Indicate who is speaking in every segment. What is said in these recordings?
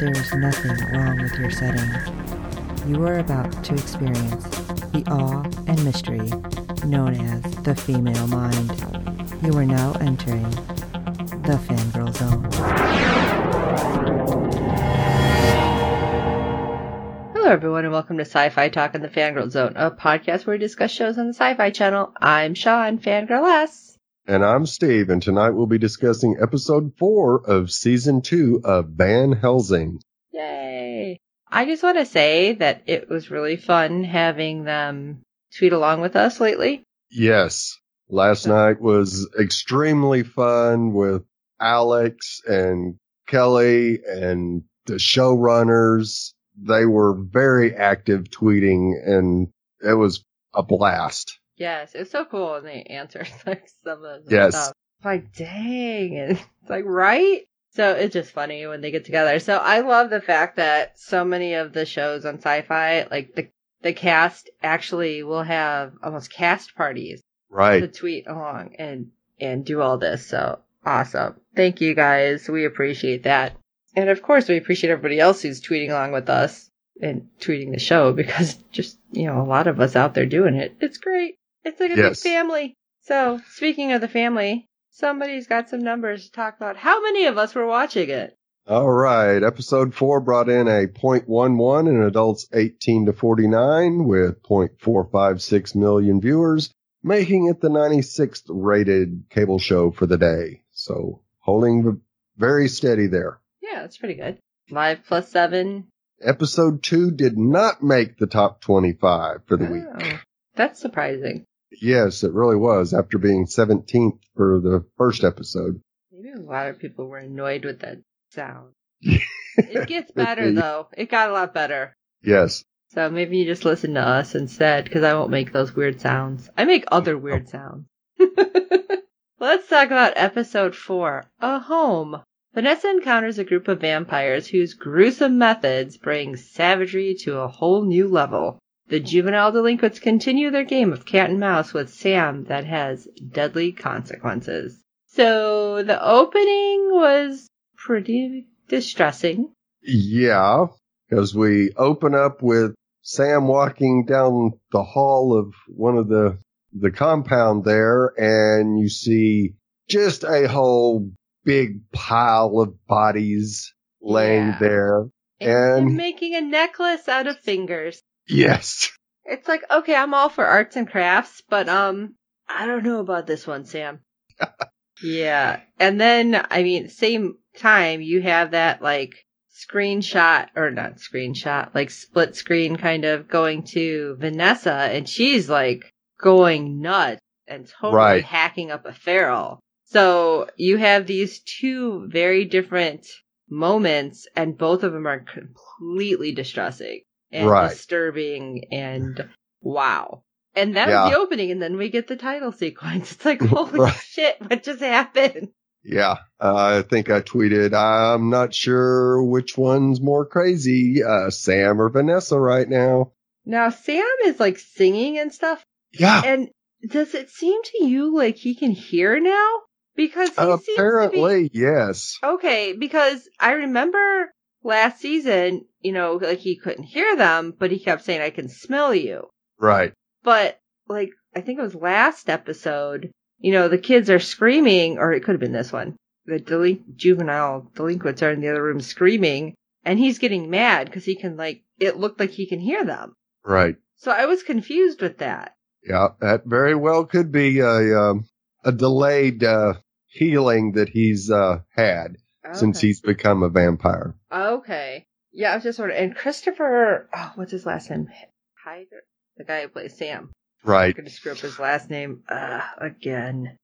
Speaker 1: there is nothing wrong with your settings. You are about to experience the awe and mystery known as the female mind. You are now entering the fangirl zone.
Speaker 2: Hello, everyone, and welcome to Sci Fi Talk in the Fangirl Zone, a podcast where we discuss shows on the Sci Fi Channel. I'm Sean, Fangirl S.
Speaker 3: And I'm Steve, and tonight we'll be discussing episode four of season two of Van Helsing.
Speaker 2: Yay! I just want to say that it was really fun having them tweet along with us lately.
Speaker 3: Yes. Last so. night was extremely fun with Alex and Kelly and the showrunners. They were very active tweeting, and it was a blast.
Speaker 2: Yes, it's so cool when they answer like some of the
Speaker 3: yes.
Speaker 2: stuff. Like, dang, and it's like right. So it's just funny when they get together. So I love the fact that so many of the shows on Sci-Fi, like the the cast, actually will have almost cast parties,
Speaker 3: right?
Speaker 2: To tweet along and and do all this. So awesome! Thank you guys. We appreciate that, and of course we appreciate everybody else who's tweeting along with us and tweeting the show because just you know a lot of us out there doing it. It's great. It's like a yes. big family. So, speaking of the family, somebody's got some numbers to talk about. How many of us were watching it?
Speaker 3: All right. Episode 4 brought in a 0.11 in adults 18 to 49 with 0.456 million viewers, making it the 96th rated cable show for the day. So, holding very steady there.
Speaker 2: Yeah, that's pretty good. 5 plus 7.
Speaker 3: Episode 2 did not make the top 25 for the
Speaker 2: oh,
Speaker 3: week.
Speaker 2: That's surprising.
Speaker 3: Yes, it really was after being 17th for the first episode.
Speaker 2: Maybe a lot of people were annoyed with that sound. it gets better, it, though. It got a lot better.
Speaker 3: Yes.
Speaker 2: So maybe you just listen to us instead because I won't make those weird sounds. I make other weird oh. sounds. Let's talk about episode four A Home. Vanessa encounters a group of vampires whose gruesome methods bring savagery to a whole new level. The juvenile delinquents continue their game of cat and mouse with Sam that has deadly consequences. So the opening was pretty distressing.
Speaker 3: Yeah, because we open up with Sam walking down the hall of one of the the compound there, and you see just a whole big pile of bodies laying yeah. there.
Speaker 2: And, and making a necklace out of fingers.
Speaker 3: Yes.
Speaker 2: It's like, okay, I'm all for arts and crafts, but um I don't know about this one, Sam. yeah. And then I mean, same time you have that like screenshot or not screenshot, like split screen kind of going to Vanessa and she's like going nuts and totally right. hacking up a feral. So you have these two very different moments and both of them are completely distressing and right. disturbing and wow. And that yeah. was the opening, and then we get the title sequence. It's like, holy right. shit, what just happened?
Speaker 3: Yeah, uh, I think I tweeted, I'm not sure which one's more crazy, uh, Sam or Vanessa right now.
Speaker 2: Now, Sam is like singing and stuff.
Speaker 3: Yeah.
Speaker 2: And does it seem to you like he can hear now? Because
Speaker 3: apparently,
Speaker 2: be...
Speaker 3: yes.
Speaker 2: Okay, because I remember last season, you know, like he couldn't hear them, but he kept saying, I can smell you.
Speaker 3: Right.
Speaker 2: But like, I think it was last episode, you know, the kids are screaming, or it could have been this one. The delin- juvenile delinquents are in the other room screaming, and he's getting mad because he can like, it looked like he can hear them.
Speaker 3: Right.
Speaker 2: So I was confused with that.
Speaker 3: Yeah, that very well could be a, um, a delayed, uh, healing that he's, uh, had. Okay. since he's become a vampire.
Speaker 2: Okay. Yeah, I was just sort of. And Christopher, oh, what's his last name? Hyder, the guy who plays Sam.
Speaker 3: Right. I'm
Speaker 2: gonna screw up his last name uh, again.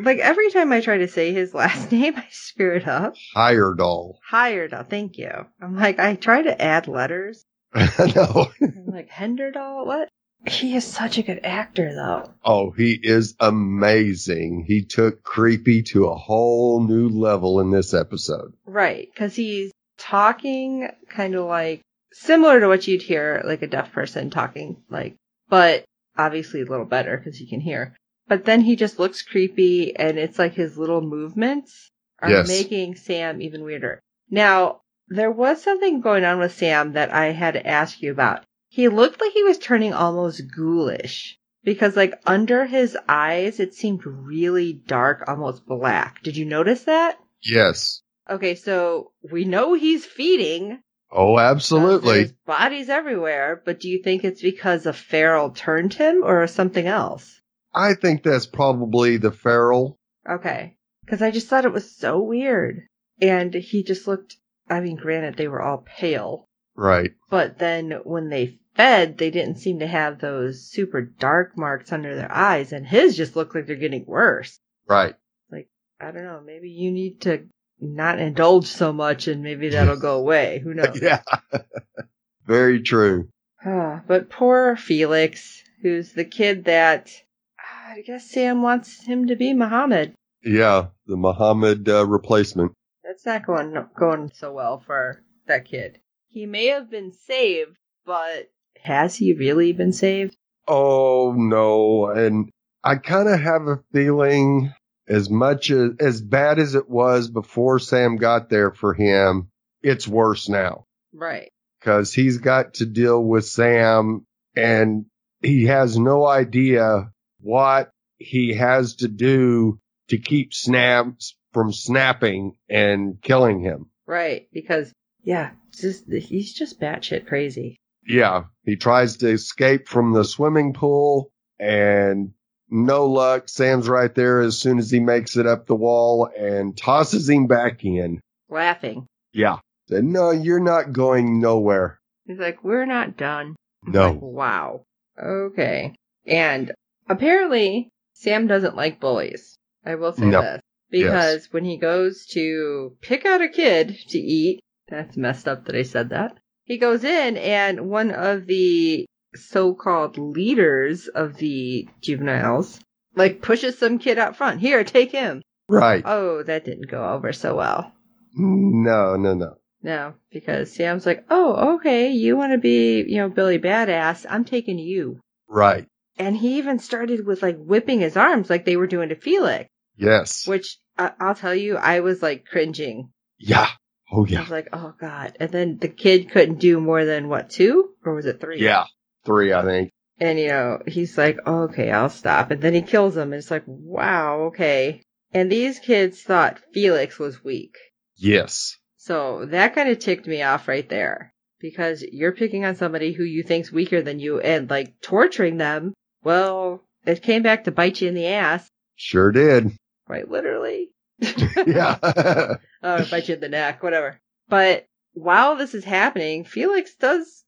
Speaker 2: Like every time I try to say his last name, I screw it up.
Speaker 3: Heyerdahl.
Speaker 2: Heyerdahl, thank you. I'm like, I try to add letters.
Speaker 3: no.
Speaker 2: I'm like, Henderdahl, what? He is such a good actor, though.
Speaker 3: Oh, he is amazing. He took creepy to a whole new level in this episode.
Speaker 2: Right, because he's talking kind of like similar to what you'd hear like a deaf person talking, like, but obviously a little better because he can hear. But then he just looks creepy, and it's like his little movements are
Speaker 3: Yes.
Speaker 2: making Sam even weirder. Now, there was something going on with Sam that I had to ask you about. He looked like he was turning almost ghoulish because, like, under his eyes, it seemed really dark, almost black. Did you notice that?
Speaker 3: Yes.
Speaker 2: Okay, so we know he's feeding, um,
Speaker 3: Oh, absolutely.
Speaker 2: there's bodies everywhere, but do you think it's because a feral turned him or something else?
Speaker 3: I think that's probably the feral.
Speaker 2: Okay. Because I just thought it was so weird. And he just looked, I mean, granted, they were all pale,
Speaker 3: Right.
Speaker 2: but then when they fed, they didn't seem to have those super dark marks under their eyes, and his just looked like they're getting worse.
Speaker 3: Right.
Speaker 2: I don't know. Maybe you need to not indulge so much and maybe that'll go away. Who knows?
Speaker 3: Yeah. Very true.
Speaker 2: Ah, but poor Felix, who's the kid that ah, I guess Sam wants him to be Muhammad.
Speaker 3: Yeah. The Muhammad uh, replacement.
Speaker 2: That's not going going so well for that kid. He may have been saved, but has he really been saved?
Speaker 3: Oh no. And I kind of have a feeling as much as, as bad as it was before Sam got there for him, it's worse now
Speaker 2: Right.
Speaker 3: because he's got to deal with Sam and he has no idea what he has to do to keep snaps from snapping and killing him.
Speaker 2: Right, because yeah, it's just he's just batshit crazy.
Speaker 3: Yeah, he tries to escape from the swimming pool and no luck. Sam's right there as soon as he makes it up the wall and tosses him back in.
Speaker 2: Laughing.
Speaker 3: Yeah. Said, no, you're not going nowhere.
Speaker 2: He's like, We're not done. Like,
Speaker 3: No.
Speaker 2: wow. Okay. And apparently, Sam doesn't like bullies. I will say
Speaker 3: No.
Speaker 2: this. Because when he goes to pick out a kid to eat, that's messed up that I said that. He goes in, and one of the so called leaders of the juveniles, like, pushes some kid out front. Here, take him.
Speaker 3: Right.
Speaker 2: Oh, that didn't go over so well.
Speaker 3: No, no, no.
Speaker 2: No, because Sam's like, oh, okay, you want to be, you know, Billy Badass. I'm taking you.
Speaker 3: Right.
Speaker 2: And he even started with like whipping his arms like they were doing to Felix,
Speaker 3: Yes.
Speaker 2: which I- I'll tell you, I was like cringing.
Speaker 3: Yeah. Oh,
Speaker 2: I
Speaker 3: yeah.
Speaker 2: was like, oh God. And then the kid couldn't do more than what, two? Or was it three?
Speaker 3: Yeah. Three, I think.
Speaker 2: And you know, he's like, oh, okay, I'll stop. And then he kills him. And it's like, wow, okay. And these kids thought Felix was weak.
Speaker 3: Yes.
Speaker 2: So that kind of ticked me off right there because you're picking on somebody who you think's weaker than you and like torturing them. Well, it came back to bite you in the ass.
Speaker 3: Sure did.
Speaker 2: quite literally.
Speaker 3: Yeah.
Speaker 2: oh, bite you in the neck, whatever. But while this is happening, Felix does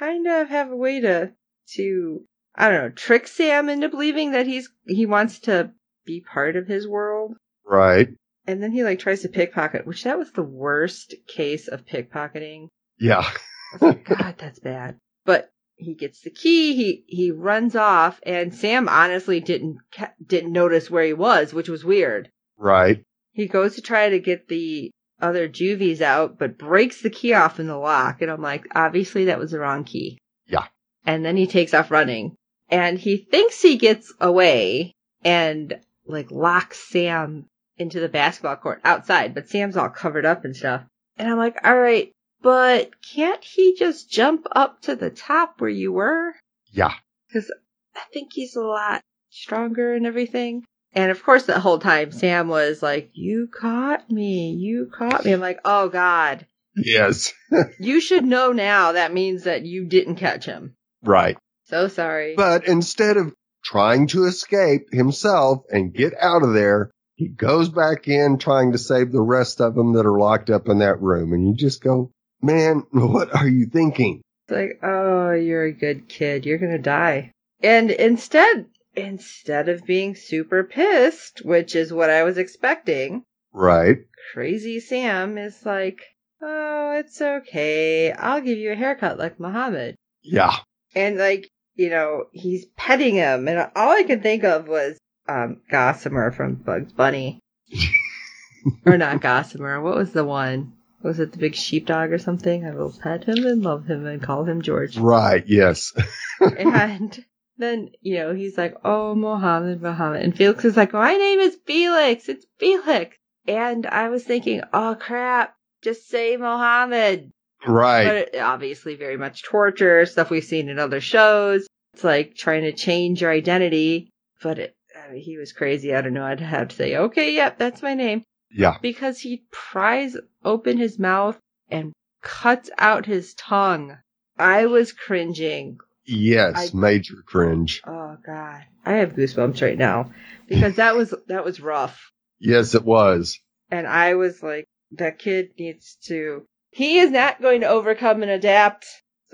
Speaker 2: kind of have a way to to I don't know, trick Sam into believing that he's he wants to be part of his world.
Speaker 3: right.
Speaker 2: And then he like tries to pickpocket, which that was the worst case of pickpocketing.
Speaker 3: Yeah.
Speaker 2: I was like, God, that's bad. But he gets the key. He he runs off, and Sam honestly didn't ca- didn't notice where he was, which was weird.
Speaker 3: Right.
Speaker 2: He goes to try to get the other juvies out, but breaks the key off in the lock. And I'm like, obviously that was the wrong key.
Speaker 3: Yeah.
Speaker 2: And then he takes off running and he thinks he gets away and like locks Sam into the basketball court outside, but Sam's all covered up and stuff. And I'm like, all right, but can't he just jump up to the top where you were?
Speaker 3: Yeah.
Speaker 2: I think he's a lot stronger and everything. And of course, that whole time, Sam was like, You caught me. You caught me. I'm like, Oh, God.
Speaker 3: Yes.
Speaker 2: You should know now that means that you didn't catch him.
Speaker 3: Right.
Speaker 2: So sorry.
Speaker 3: But instead of trying to escape himself and get out of there, he goes back in trying to save the rest of them that are locked up in that room. And you just go, man, what are you thinking?
Speaker 2: it's like, Oh, you're a good kid. You're going to die. And instead, instead of being super pissed, which is what I was expecting,
Speaker 3: Right.
Speaker 2: crazy Sam is like, Oh, it's okay. I'll give you a haircut like Muhammad.
Speaker 3: Yeah.
Speaker 2: And like, you know, he's petting him. And all I could think of was um, Gossamer from Bugs Bunny. or not Gossamer. What was the one? Was it the big sheepdog or something? I will pet him and love him and call him George.
Speaker 3: Right. Yes.
Speaker 2: and then, you know, he's like, oh, Mohammed, Mohammed. And Felix is like, my name is Felix. It's Felix. And I was thinking, oh, crap. Just say Mohammed.
Speaker 3: Right.
Speaker 2: But it- obviously, very much torture, stuff we've seen in other shows. It's like trying to change your identity. But it, I mean, he was crazy. I don't know. I'd have to say, okay, yep, that's my name.
Speaker 3: yeah.
Speaker 2: Because he pries open his mouth and cuts out his tongue. I was cringing.
Speaker 3: Yes.
Speaker 2: I-
Speaker 3: major cringe.
Speaker 2: Oh God, I have goosebumps right now because that was that was rough,
Speaker 3: Yes, it was.
Speaker 2: and I was like, that kid needs to. He is not going to overcome and adapt,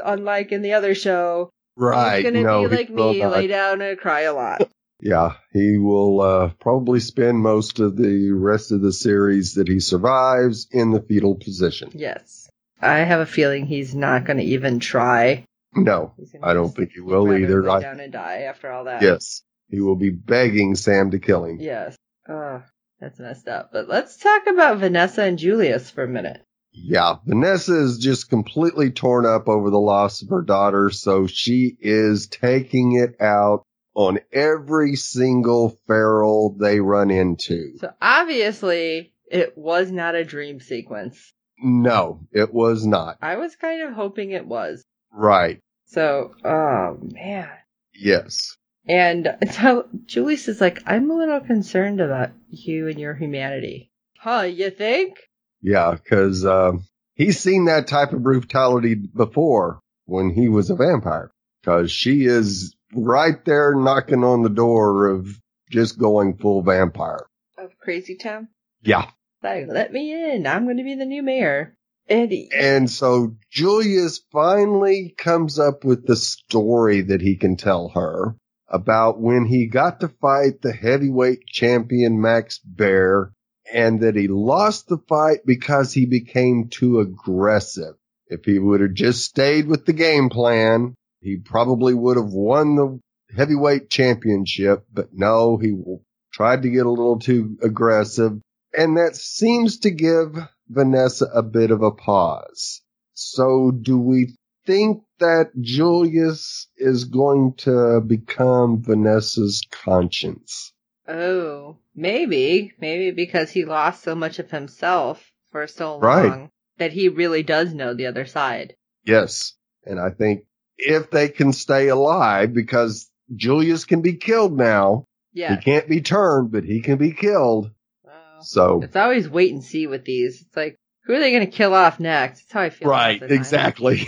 Speaker 2: unlike in the other show.
Speaker 3: Right.
Speaker 2: He's going to
Speaker 3: no,
Speaker 2: be
Speaker 3: he
Speaker 2: like
Speaker 3: will
Speaker 2: me,
Speaker 3: not.
Speaker 2: lay down and cry a lot.
Speaker 3: Yeah, he will uh, probably spend most of the rest of the series that he survives in the fetal position.
Speaker 2: yes, I have a feeling he's not going to even try.
Speaker 3: No,
Speaker 2: He's gonna
Speaker 3: I don't
Speaker 2: just
Speaker 3: think he will
Speaker 2: rather
Speaker 3: either.
Speaker 2: Lay
Speaker 3: I,
Speaker 2: down and die after all that.
Speaker 3: yes, he will be begging Sam to kill him.
Speaker 2: Yes. Ugh, that's messed up. But let's talk about Vanessa and Julius for a minute.
Speaker 3: Yeah, Vanessa is just completely torn up over the loss of her daughter, so she is taking it out on every single feral they run into.
Speaker 2: So obviously, it was not a dream sequence.
Speaker 3: No, it was not.
Speaker 2: I was kind of hoping it was.
Speaker 3: Right.
Speaker 2: So, oh man.
Speaker 3: Yes.
Speaker 2: And so Julius is like, I'm a little concerned about you and your humanity. Huh, you think?
Speaker 3: Yeah, because he's seen that type of brutality before when he was a vampire. Because she is right there knocking on the door of just going full vampire.
Speaker 2: Of Crazy Town?
Speaker 3: Yeah.
Speaker 2: Like, let me in. I'm going to be the new mayor. And he-
Speaker 3: And so Julius finally comes up with the story that he can tell her about when he got to fight the heavyweight champion Max Bear and that he lost the fight because he became too aggressive. If he would have just stayed with the game plan, he probably would have won the heavyweight championship, but no, he w- tried to get a little too aggressive. And that seems to give Vanessa a bit of a pause. So do we think that Julius is going to become Vanessa's conscience?
Speaker 2: oh, maybe, maybe because he lost so much of himself for so long
Speaker 3: Right.
Speaker 2: that he really does know the other side.
Speaker 3: Yes. And I think if they can stay alive, because Julius can be killed now.
Speaker 2: Yeah.
Speaker 3: He can't be turned, but he can be killed.
Speaker 2: Oh.
Speaker 3: So
Speaker 2: It's always wait and see with these. It's like, who are they going to kill off next? That's how I feel. most
Speaker 3: Right,
Speaker 2: of the time.
Speaker 3: exactly.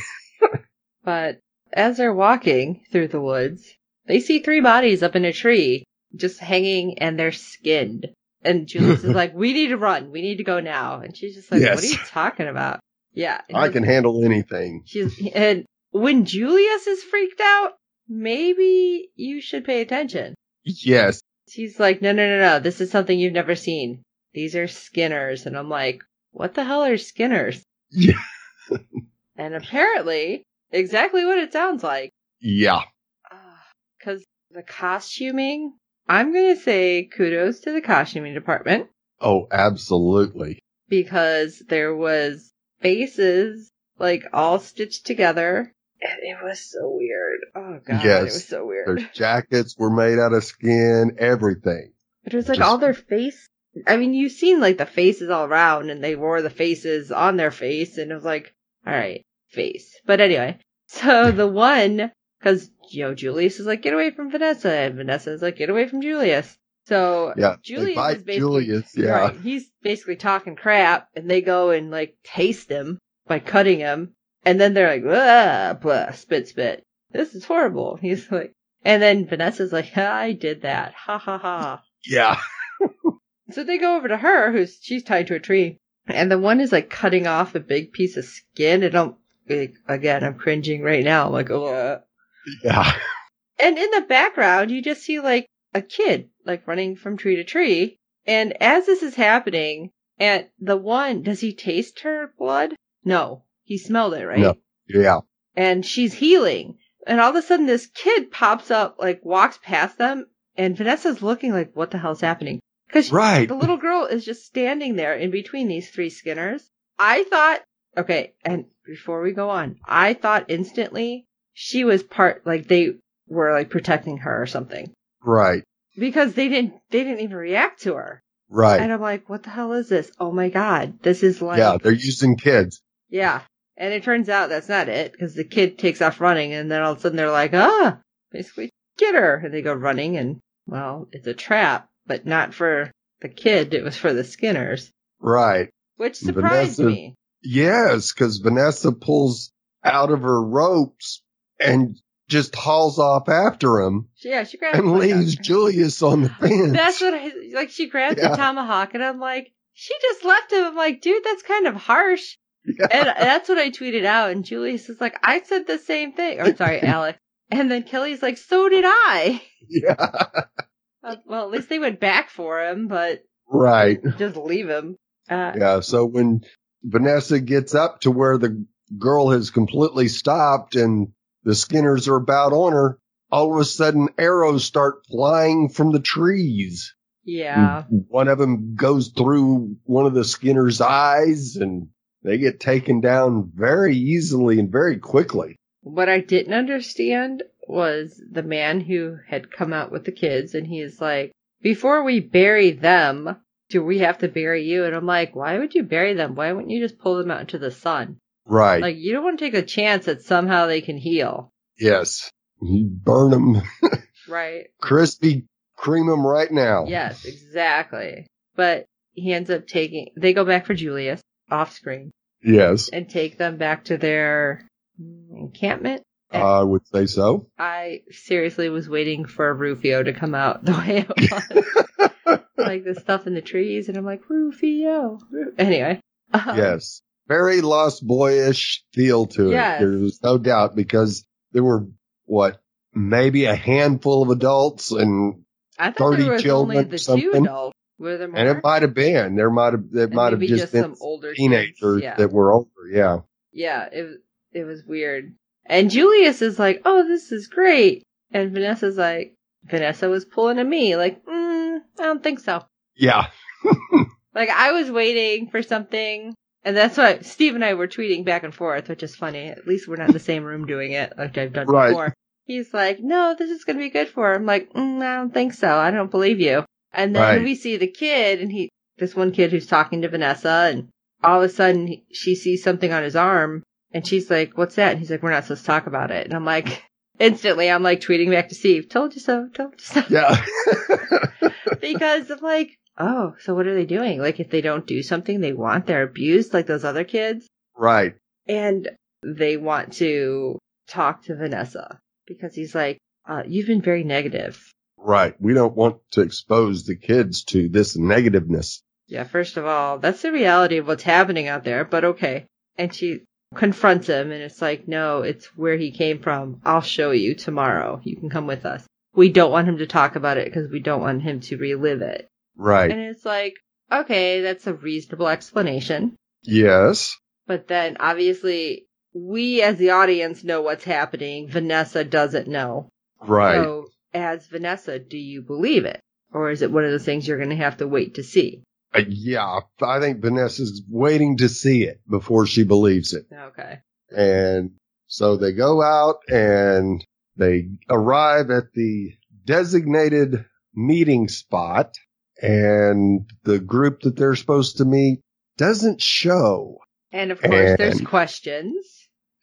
Speaker 2: But as they're walking through the woods, they see three bodies up in a tree, just hanging, and they're skinned. And Julius is like, "We need to run. We need to go now." And she's just like, "What are
Speaker 3: Yes.
Speaker 2: you talking about?" Yeah, and
Speaker 3: I can handle anything.
Speaker 2: She's and when Julius is freaked out, maybe you should pay attention.
Speaker 3: Yes.
Speaker 2: She's like, no, no, no, no. This is something you've never seen. These are Skinners. And I'm like, what the hell are Skinners?
Speaker 3: Yeah.
Speaker 2: And apparently, exactly what it sounds like.
Speaker 3: Yeah.
Speaker 2: Because the costuming, I'm going to say kudos to the costuming department
Speaker 3: Oh, absolutely.
Speaker 2: because there was faces like all stitched together. And it was so weird. Oh, God.
Speaker 3: Yes.
Speaker 2: It was so weird.
Speaker 3: Their jackets were made out of skin, everything.
Speaker 2: But it was like
Speaker 3: Just-
Speaker 2: all their face. I mean, you've seen like the faces all around, and they wore the faces on their face, and it was like, all right, face. But anyway, so the one, because you know, Julius is like, get away from Vanessa, and Vanessa is like, get away from Julius. So
Speaker 3: Yeah. they
Speaker 2: Julius
Speaker 3: bite
Speaker 2: is basically
Speaker 3: Julius, yeah.
Speaker 2: right, he's basically talking crap, and they go and like taste him by cutting him, and then they're like, ah, blah, spit, spit. This is horrible. He's like, and then Vanessa's like, I did that, ha ha ha.
Speaker 3: Yeah.
Speaker 2: So they go over to her, who's she's tied to a tree, and the one is like cutting off a big piece of skin. And I'm like, again, I'm cringing right now. I'm like, oh,
Speaker 3: Yeah.
Speaker 2: And in the background, you just see like a kid like running from tree to tree. And as this is happening, and the one, does he taste her blood? No, he smelled it, right?
Speaker 3: No. Yeah.
Speaker 2: And she's healing. And all of a sudden, this kid pops up, like walks past them, and Vanessa's looking like, "What the hell's happening?" Because
Speaker 3: Right.
Speaker 2: the little girl is just standing there in between these three Skinners. I thought, okay, and before we go on, I thought instantly she was part, like they were like protecting her or something
Speaker 3: Right.
Speaker 2: because they didn't, they didn't even react to her.
Speaker 3: Right.
Speaker 2: And I'm like, what the hell is this? Oh my god, this is like,
Speaker 3: Yeah. They're using kids.
Speaker 2: yeah. And it turns out that's not it because the kid takes off running and then all of a sudden they're like, ah, basically get her. And they go running and well, it's a trap, but not for the kid. It was for the Skinners,
Speaker 3: Right.
Speaker 2: which surprised
Speaker 3: Vanessa-
Speaker 2: me.
Speaker 3: Yes. Cause Vanessa pulls out of her ropes and just hauls off after him
Speaker 2: She, yeah, she grabs
Speaker 3: and
Speaker 2: like a-
Speaker 3: leaves Julius on the fence.
Speaker 2: Oh That's what I like. She grabs
Speaker 3: Yeah.
Speaker 2: the tomahawk, and I'm like, she just left him. I'm like, dude, that's kind of harsh.
Speaker 3: Yeah.
Speaker 2: And that's what I tweeted out. And Julius is like, I said the same thing. Or sorry, Alex. And then Kelly's like, so did I.
Speaker 3: yeah.
Speaker 2: Uh, Well, at least they went back for him, but
Speaker 3: Right.
Speaker 2: just leave him. Uh,
Speaker 3: Yeah. So when Vanessa gets up to where the girl has completely stopped and the Skinners are about on her, all of a sudden arrows start flying from the trees.
Speaker 2: yeah.
Speaker 3: One of them goes through one of the Skinners' eyes and they get taken down very easily and very quickly.
Speaker 2: What I didn't understand was the man who had come out with the kids, and he's like, Before we bury them, do we have to bury you? And I'm like, Why would you bury them? Why wouldn't you just pull them out into the sun?
Speaker 3: Right.
Speaker 2: Like, you don't want to take a chance that somehow they can heal.
Speaker 3: yes. You burn them
Speaker 2: Right.
Speaker 3: crispy, cream them right now.
Speaker 2: Yes, exactly. But he ends up taking, they go back for Julius off screen
Speaker 3: Yes.
Speaker 2: and take them back to their encampment.
Speaker 3: I would say so.
Speaker 2: I seriously was waiting for Rufio to come out the way it was. like the stuff in the trees, and I'm like, Rufio. Ru-" Anyway. Um,
Speaker 3: yes. Very Lost Boyish feel to
Speaker 2: Yes.
Speaker 3: it. There was no doubt because there were what maybe a handful of adults, and
Speaker 2: I thought
Speaker 3: 30
Speaker 2: there was
Speaker 3: children
Speaker 2: only the
Speaker 3: or something.
Speaker 2: two adults. Were there more?
Speaker 3: and it might have been there might have it
Speaker 2: Mm-hmm. And
Speaker 3: might have
Speaker 2: maybe
Speaker 3: just, been
Speaker 2: some older kids,
Speaker 3: teenagers
Speaker 2: Yeah.
Speaker 3: that were older. Yeah,
Speaker 2: yeah, it was- it was weird. And Julius is like, "Oh, this is great," and Vanessa's like, Vanessa was pulling at me, like, mm, "I don't think so."
Speaker 3: yeah,
Speaker 2: Like I was waiting for something, and that's what Steve and I were tweeting back and forth, which is funny. At least we're not in the same room doing it, like I've done
Speaker 3: Right.
Speaker 2: before. He's like, "No, this is going to be good for." Her. I'm like, mm, "I don't think so. I don't believe you." And then
Speaker 3: Right.
Speaker 2: we see the kid, and he, this one kid who's talking to Vanessa, and all of a sudden he, she sees something on his arm, and she's like, "What's that?" And he's like, "We're not supposed to talk about it." And I'm like, instantly, I'm like tweeting back to Steve, "Told you so. Told you so."
Speaker 3: yeah,
Speaker 2: because of like, oh, so what are they doing? Like, if they don't do something they want, they're abused like those other kids,
Speaker 3: right,
Speaker 2: and they want to talk to Vanessa because he's like, uh, you've been very negative.
Speaker 3: right. We don't want to expose the kids to this negativeness.
Speaker 2: Yeah, first of all, that's the reality of what's happening out there, but okay. And she confronts him, and it's like, no, it's where he came from. I'll show you tomorrow. You can come with us. We don't want him to talk about it because we don't want him to relive it.
Speaker 3: Right.
Speaker 2: And it's like, okay, that's a reasonable explanation.
Speaker 3: Yes.
Speaker 2: But then obviously we as the audience know what's happening. Vanessa doesn't know.
Speaker 3: Right.
Speaker 2: So as Vanessa, do you believe it? Or is it one of those things you're going to have to wait to see?
Speaker 3: Uh, yeah. I think Vanessa's waiting to see it before she believes it.
Speaker 2: Okay.
Speaker 3: And so they go out and they arrive at the designated meeting spot and the group that they're supposed to meet doesn't show.
Speaker 2: And of course, there's
Speaker 3: And-
Speaker 2: questions.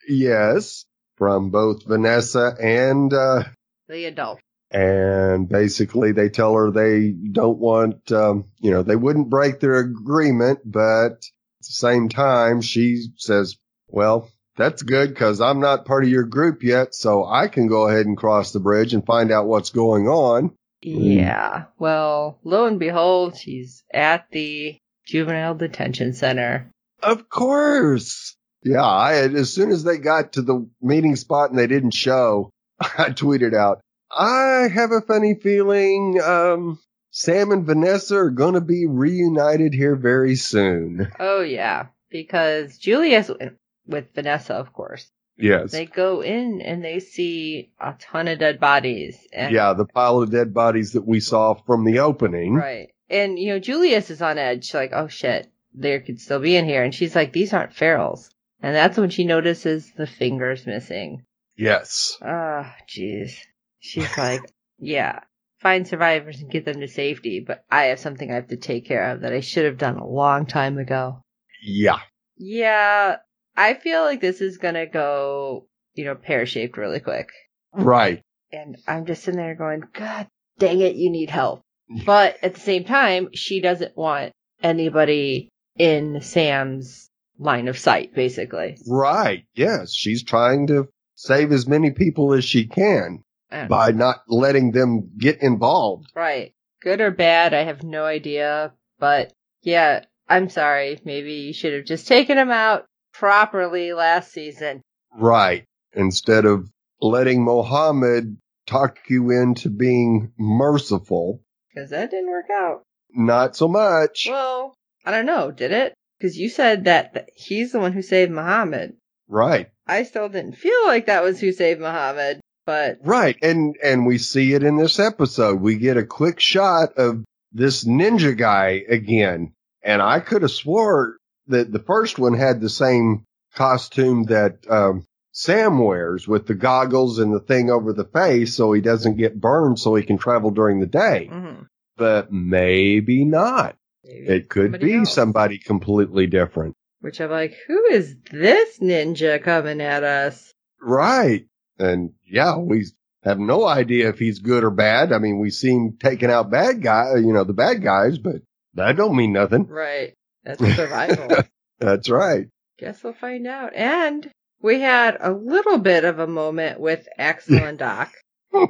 Speaker 3: Yes, from both Vanessa and, uh,
Speaker 2: The adult.
Speaker 3: and basically they tell her they don't want, um, you know, they wouldn't break their agreement, but at the same time, she says, well, that's good because I'm not part of your group yet, so I can go ahead and cross the bridge and find out what's going on. Mm.
Speaker 2: Yeah. Well, lo and behold, she's at the juvenile detention center.
Speaker 3: Of course. Yeah, I had, as soon as they got to the meeting spot and they didn't show, I tweeted out, I have a funny feeling um, Sam and Vanessa are going to be reunited here very soon.
Speaker 2: Oh yeah, because Julia's w- with Vanessa, of course.
Speaker 3: Yes.
Speaker 2: They go in and they see a ton of dead bodies. And,
Speaker 3: yeah, the pile of dead bodies that we saw from the opening.
Speaker 2: Right. And you know, Julius is on edge, She's like, oh shit, there could still be in here. And she's like, these aren't ferals. And that's when she notices the fingers missing.
Speaker 3: Yes.
Speaker 2: Oh, jeez. She's like, yeah, find survivors and get them to safety, but I have something I have to take care of that I should have done a long time ago.
Speaker 3: Yeah.
Speaker 2: Yeah, I feel like this is gonna go, you know, pear shaped really quick.
Speaker 3: Right.
Speaker 2: And I'm just sitting there going, God dang it, you need help. But at the same time, she doesn't want anybody in Sam's line of sight, basically.
Speaker 3: Right. Yes. She's trying to save as many people as she can
Speaker 2: And-
Speaker 3: by not letting them get involved.
Speaker 2: Right. Good or bad, I have no idea. But yeah, I'm sorry. Maybe you should have just taken him out properly last season.
Speaker 3: Right. Instead of letting Mohammed talk you into being merciful.
Speaker 2: Because that didn't work out.
Speaker 3: Not so much.
Speaker 2: Well, I don't know, did it? Because you said that th- he's the one who saved Muhammad.
Speaker 3: Right.
Speaker 2: I still didn't feel like that was who saved Muhammad, but
Speaker 3: Right. And and we see it in this episode. We get a quick shot of this ninja guy again. And I could have swore that the first one had the same costume that um, Sam wears with the goggles and the thing over the face so he doesn't get burned so he can travel during the day.
Speaker 2: mhm.
Speaker 3: But maybe not.
Speaker 2: Maybe.
Speaker 3: It could
Speaker 2: Somebody
Speaker 3: be
Speaker 2: else.
Speaker 3: somebody completely different.
Speaker 2: which I'm like, who is this ninja coming at us?
Speaker 3: Right. And yeah, we have no idea if he's good or bad. I mean, we seen taking out bad guy, uh, you know, the bad guys, but that don't mean nothing.
Speaker 2: Right. That's survival.
Speaker 3: That's right.
Speaker 2: Guess we'll find out. And we had a little bit of a moment with Axel and Doc.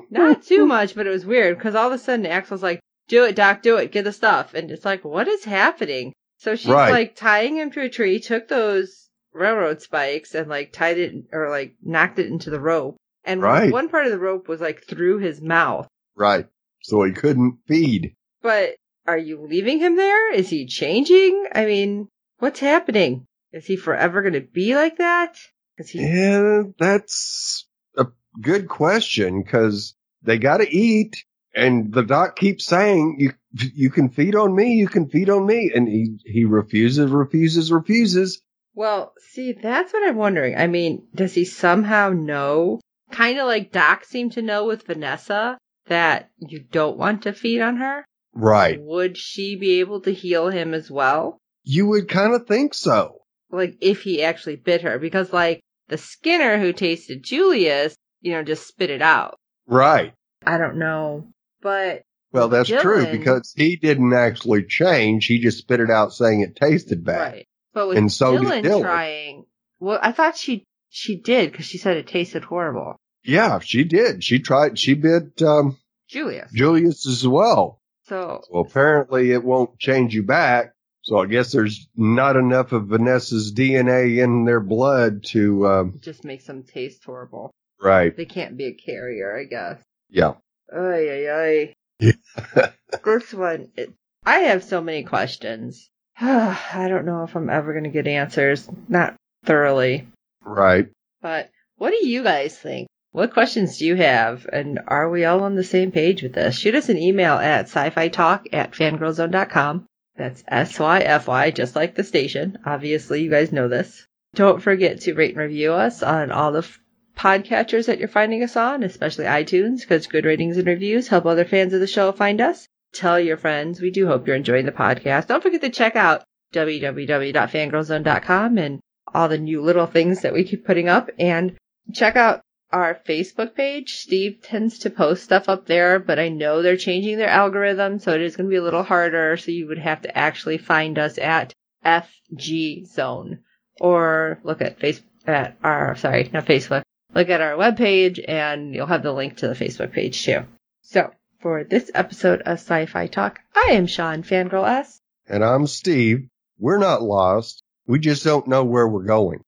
Speaker 2: Not too much, but it was weird because all of a sudden Axel's like, do it, Doc, do it, get the stuff. And it's like, what is happening? So she's
Speaker 3: Right.
Speaker 2: like tying him to a tree, took those railroad spikes and like tied it or like knocked it into the rope. And
Speaker 3: Right.
Speaker 2: one part of the rope was like through his mouth.
Speaker 3: Right. So he couldn't feed.
Speaker 2: But are you leaving him there? Is he changing? I mean, what's happening? Is he forever going to be like that? Is he
Speaker 3: Yeah, that's a good question because they got to eat. And the doc keeps saying, you, you can feed on me. You can feed on me. And he, he refuses, refuses, refuses.
Speaker 2: Well, see, that's what I'm wondering. I mean, does he somehow know? Kind of like Doc seemed to know with Vanessa that you don't want to feed on her.
Speaker 3: Right.
Speaker 2: Would she be able to heal him as well?
Speaker 3: You would kind of think so.
Speaker 2: Like, if he actually bit her, because, like, the Skinner who tasted Julius, you know, just spit it out.
Speaker 3: Right.
Speaker 2: I don't know. But,
Speaker 3: Well, that's true
Speaker 2: Dylan-
Speaker 3: because he didn't actually change. He just spit it out saying it tasted bad.
Speaker 2: right. But with
Speaker 3: And so did
Speaker 2: Dylan,
Speaker 3: Dylan.
Speaker 2: trying, well, I thought she, she did because she said it tasted horrible.
Speaker 3: Yeah, she did. She tried. She bit um,
Speaker 2: Julius.
Speaker 3: Julius as well.
Speaker 2: so,
Speaker 3: Well, apparently it won't change you back. So I guess there's not enough of Vanessa's DNA in their blood to. Um,
Speaker 2: it just makes them taste horrible.
Speaker 3: right.
Speaker 2: They can't be a carrier, I guess.
Speaker 3: Yeah.
Speaker 2: Ay, ay,
Speaker 3: Yeah.
Speaker 2: ay. this one, it, I have so many questions. I don't know if I'm ever going to get answers. Not thoroughly.
Speaker 3: Right.
Speaker 2: But what do you guys think? What questions do you have? And are we all on the same page with this? Shoot us an email at sci-fi talk at fangirlzone.com. That's S-Y-F-Y, just like the station. Obviously, you guys know this. Don't forget to rate and review us on all the f- podcatchers that you're finding us on, especially iTunes, because good ratings and reviews help other fans of the show find us. Tell your friends. We do hope you're enjoying the podcast. Don't forget to check out www.fangirlzone.com and all the new little things that we keep putting up and check out our Facebook page. Steve tends to post stuff up there, but I know they're changing their algorithm, so it is going to be a little harder. So you would have to actually find us at FG Zone or look at face at our sorry, not Facebook. Look at our webpage and you'll have the link to the Facebook page too. So for this episode of Sci-Fi Talk, I am Sean Fangirl S.
Speaker 3: And I'm Steve. We're not lost. We just don't know where we're going.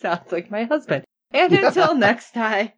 Speaker 2: Sounds like my husband. And until next time.